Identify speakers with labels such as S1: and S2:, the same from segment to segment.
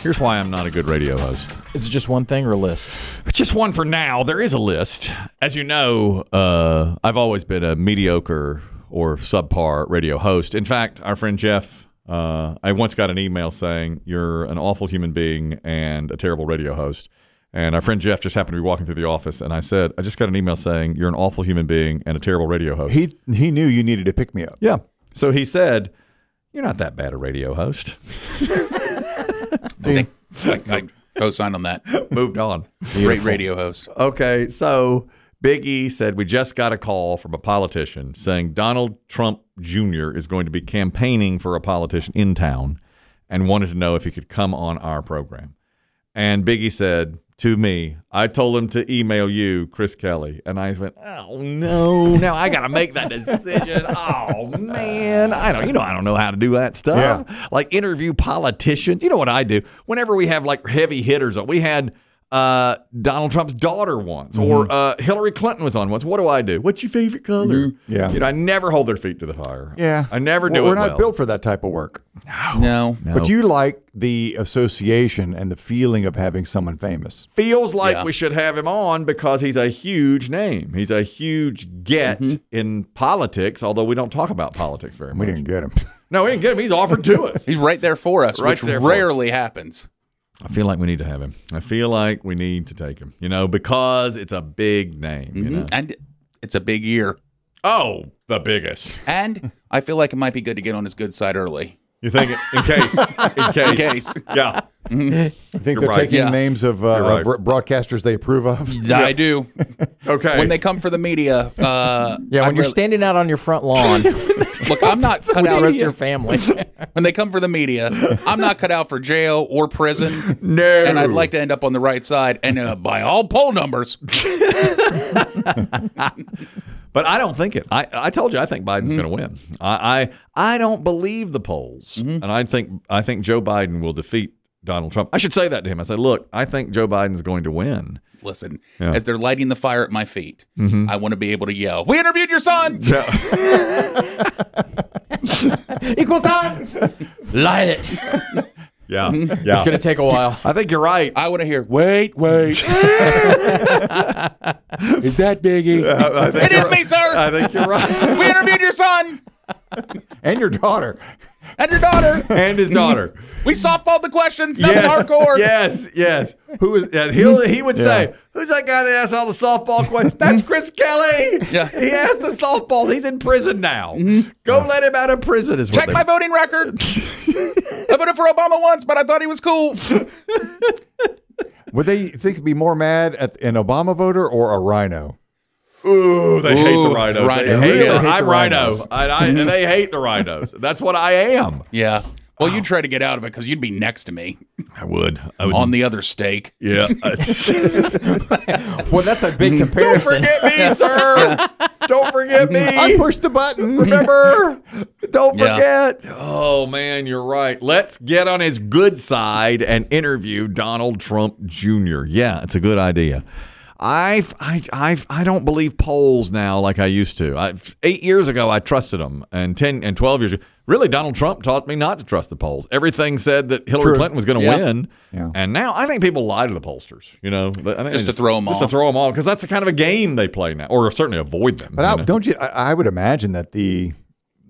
S1: Here's why I'm not a good radio host.
S2: Is it just one thing or a list?
S1: Just one for now. There is a list. As you know, uh, I've always been a mediocre or subpar radio host. In fact, our friend Jeff, uh, I once got an email saying, You're an awful human being and a terrible radio host. And our friend Jeff just happened to be walking through the office, and I said, I just got an email saying, You're an awful human being and a terrible radio host.
S3: He he knew you needed to pick me up.
S1: yeah. So he said, You're not that bad a radio host.
S3: See?
S4: I, I co-signed on that.
S1: Moved on.
S4: Great radio host.
S1: Okay, so Big E said we just got a call from a politician saying Donald Trump Jr. is going to be campaigning for a politician in town and wanted to know if he could come on our program. And Big E said to me, I told him to email you, Chris Kelly. And I went, Oh no, now I gotta make that decision. Oh man. I don't you know I don't know how to do that stuff. Like interview politicians. You know what I do? Whenever we have like heavy hitters on, we had uh, Donald Trump's daughter once,
S3: Mm-hmm.
S1: or uh, Hillary Clinton was on once. What do I do? What's your favorite color?
S3: Yeah.
S1: You know, I never hold their feet to the fire.
S3: Yeah.
S1: I never do
S3: Well,
S1: it.
S3: We're not
S1: well.
S3: built for that type of work.
S1: Oh.
S4: No.
S3: But you like the association and the feeling of having someone famous.
S1: feels like
S4: Yeah.
S1: we should have him on because he's a huge name. He's a huge get in politics, although we don't talk about politics very
S3: Mm-hmm. We
S1: much.
S3: didn't get him.
S1: No, we didn't get him. He's offered to us.
S4: He's right there for us,
S1: Right
S4: which
S1: there for us.
S4: rarely happens.
S1: I feel like we need to have him. I feel like we need to take him, you know, because it's a big name. You
S3: Mm-hmm.
S1: know?
S4: And it's a big year.
S1: Oh, the biggest.
S4: And I feel like it might be good to get on his good side early.
S1: You think in case, in case,
S4: case.
S1: yeah.
S3: I think
S1: You're
S3: they're
S1: right.
S3: taking
S4: Yeah.
S3: names of, uh,
S1: right.
S3: of r- broadcasters they approve of.
S4: I do.
S1: Okay.
S4: When they come for the media, uh,
S2: Yeah,
S4: I
S2: when you're
S4: really-
S2: standing out on your front lawn with
S4: look, I'm not cut
S2: the
S4: out.
S2: rest of your family.
S4: When they come for the media, I'm not cut out for jail or prison.
S1: no,
S4: And I'd like to end up on the right side. And uh, by all poll numbers,
S1: But I don't think it. I, I told you I think
S4: Mm-hmm.
S1: Biden's going to win. I, I I don't believe the polls,
S4: Mm-hmm.
S1: and I think I think Joe Biden will defeat Donald Trump. I should say that to him. I said, look, I think Joe Biden's going to win.
S4: listen, as they're lighting the fire at my feet,
S1: Mm-hmm.
S4: I want to be able to yell, We interviewed your son.
S2: Equal time. Light it.
S4: Mm-hmm.
S1: Yeah,
S2: It's
S1: yeah.
S2: going to take a while.
S1: I think you're right.
S4: I want to hear, Wait, wait. Is that Biggie? it is me, sir.
S1: I think you're right.
S4: we interviewed your son
S3: and your daughter.
S4: and your daughter.
S1: and his daughter.
S4: We softballed the questions. Nothing hardcore.
S1: Yes, yes. Who is and he'll he would say, Who's that guy that asked all the softball questions? That's Chris Kelly.
S4: Yeah.
S1: He asked the softball. He's in prison now. Go let him out of prison is what
S4: Check
S1: they-
S4: my voting record. I voted for Obama once, but I thought he was cool.
S3: Would they think be more mad at an Obama voter or a rhino?
S1: Ooh, they hate the
S4: Ooh,
S1: rhinos.
S4: rhino.
S1: They hate
S4: Really
S1: the-
S3: hate the
S1: I'm rhino.
S3: rhinos.
S1: And, I, and they hate the rhinos. That's what I am.
S4: Yeah. Well, you try to get out of it because you'd be next to me
S1: I would. I would.
S4: on the other stake.
S1: yeah.
S2: Well, that's a big
S1: Don't
S2: comparison.
S1: forget me, sir. Don't forget me.
S3: I pushed the button.
S1: Remember, don't
S4: Yeah.
S1: forget. Oh man, you're right. Let's get on his good side and interview Donald Trump Jr. Yeah, it's a good idea. I I I I don't believe polls now like I used to. I, eight years ago, I trusted them, and ten and twelve years. Really, Donald Trump taught me not to trust the polls. Everything said that Hillary
S3: True.
S1: Clinton was going to
S4: Yeah.
S1: win,
S3: Yeah.
S1: and now I think people lie to the pollsters. You know, I think they
S4: Just to throw 'em
S1: just to
S4: off.
S1: throw them off because that's the kind of a game they play now, or certainly avoid them.
S3: But
S1: you
S3: I,
S1: know?
S3: don't you? I, I would imagine that the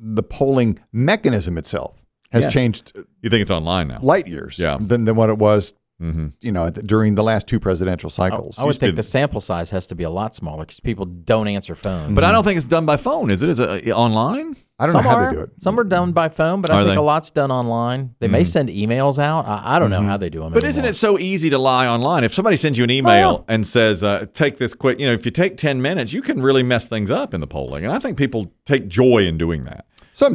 S3: the polling mechanism itself has
S1: Yes.
S3: changed
S1: you think it's online now?
S3: light years
S1: Yeah.
S3: than, than what it was, you know, at the- during the last two presidential cycles.
S2: I would think the sample size has to be a lot smaller because people don't answer phones.
S1: But I don't think it's done by phone, is it? Is it uh, online?
S3: I don't know
S2: some
S3: how
S2: are,
S3: they do it.
S2: Some are Mm-hmm. done by phone, but I
S1: Are
S2: think
S1: they?
S2: a lot's done online. They may send emails out. I, I don't know how they do them.
S1: But isn't it so easy to lie online? If somebody sends you an email and says, uh, take this quick, you know, if you take 10 minutes, you can really mess things up in the polling. And I think people take joy in doing that.
S3: Some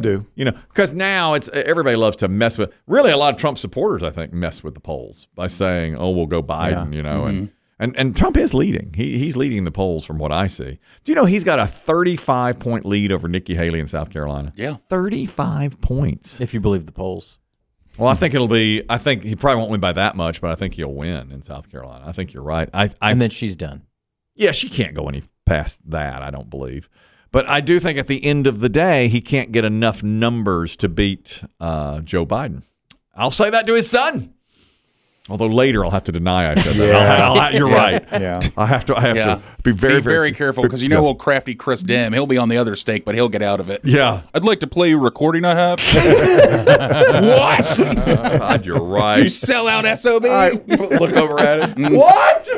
S3: do.
S1: You know, because now it's e, everybody loves to mess with. Really, a lot of Trump supporters, I think, mess with the polls by saying, "Oh, we'll go Biden." You know, and, and and Trump is leading. He he's leading the polls from what I see. Do you know he's got a thirty-five point lead over Nikki Haley in South Carolina?
S4: Yeah.
S1: thirty-five points.
S2: If you believe the polls,
S1: Well, I think it'll be. I think he probably won't win by that much, but I think he'll win in South Carolina. I think you're right. I, I
S2: and then she's done.
S1: yeah, she can't go any past that. I don't believe, but I do think at the end of the day, he can't get enough numbers to beat uh, Joe Biden. I'll say that to his son. Although later I'll have to deny I said that. I'll, I'll, you're right.
S3: Yeah.
S1: I have to. I have
S4: Yeah.
S1: to be very,
S4: Be very careful because you know old crafty Chris Dim. He'll be on the other stake, but he'll get out of it.
S1: Yeah.
S4: I'd like to play a recording I have. what?
S1: God, you're
S4: You
S1: right.
S4: sell out SOB?
S1: Look over at it. what?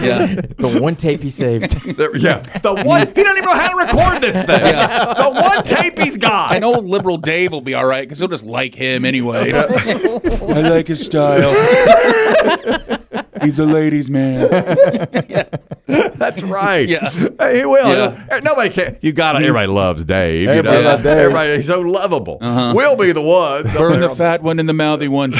S4: Yeah.
S2: The one tape he saved.
S1: There- yeah. The one. He doesn't even know how to record this thing. The one tape he's got.
S4: And old liberal Dave will be all right because he'll just like him anyways.
S5: I like his style. He's a ladies' man.
S1: That's right.
S4: Yeah.
S1: Hey, he will.
S4: Yeah.
S1: Hey, Nobody can. You got to. Everybody loves Dave. you
S3: Everybody
S1: know?
S3: loves Dave.
S1: Everybody. He's so lovable. We'll be the ones.
S4: Burn the fat one and the mouthy one.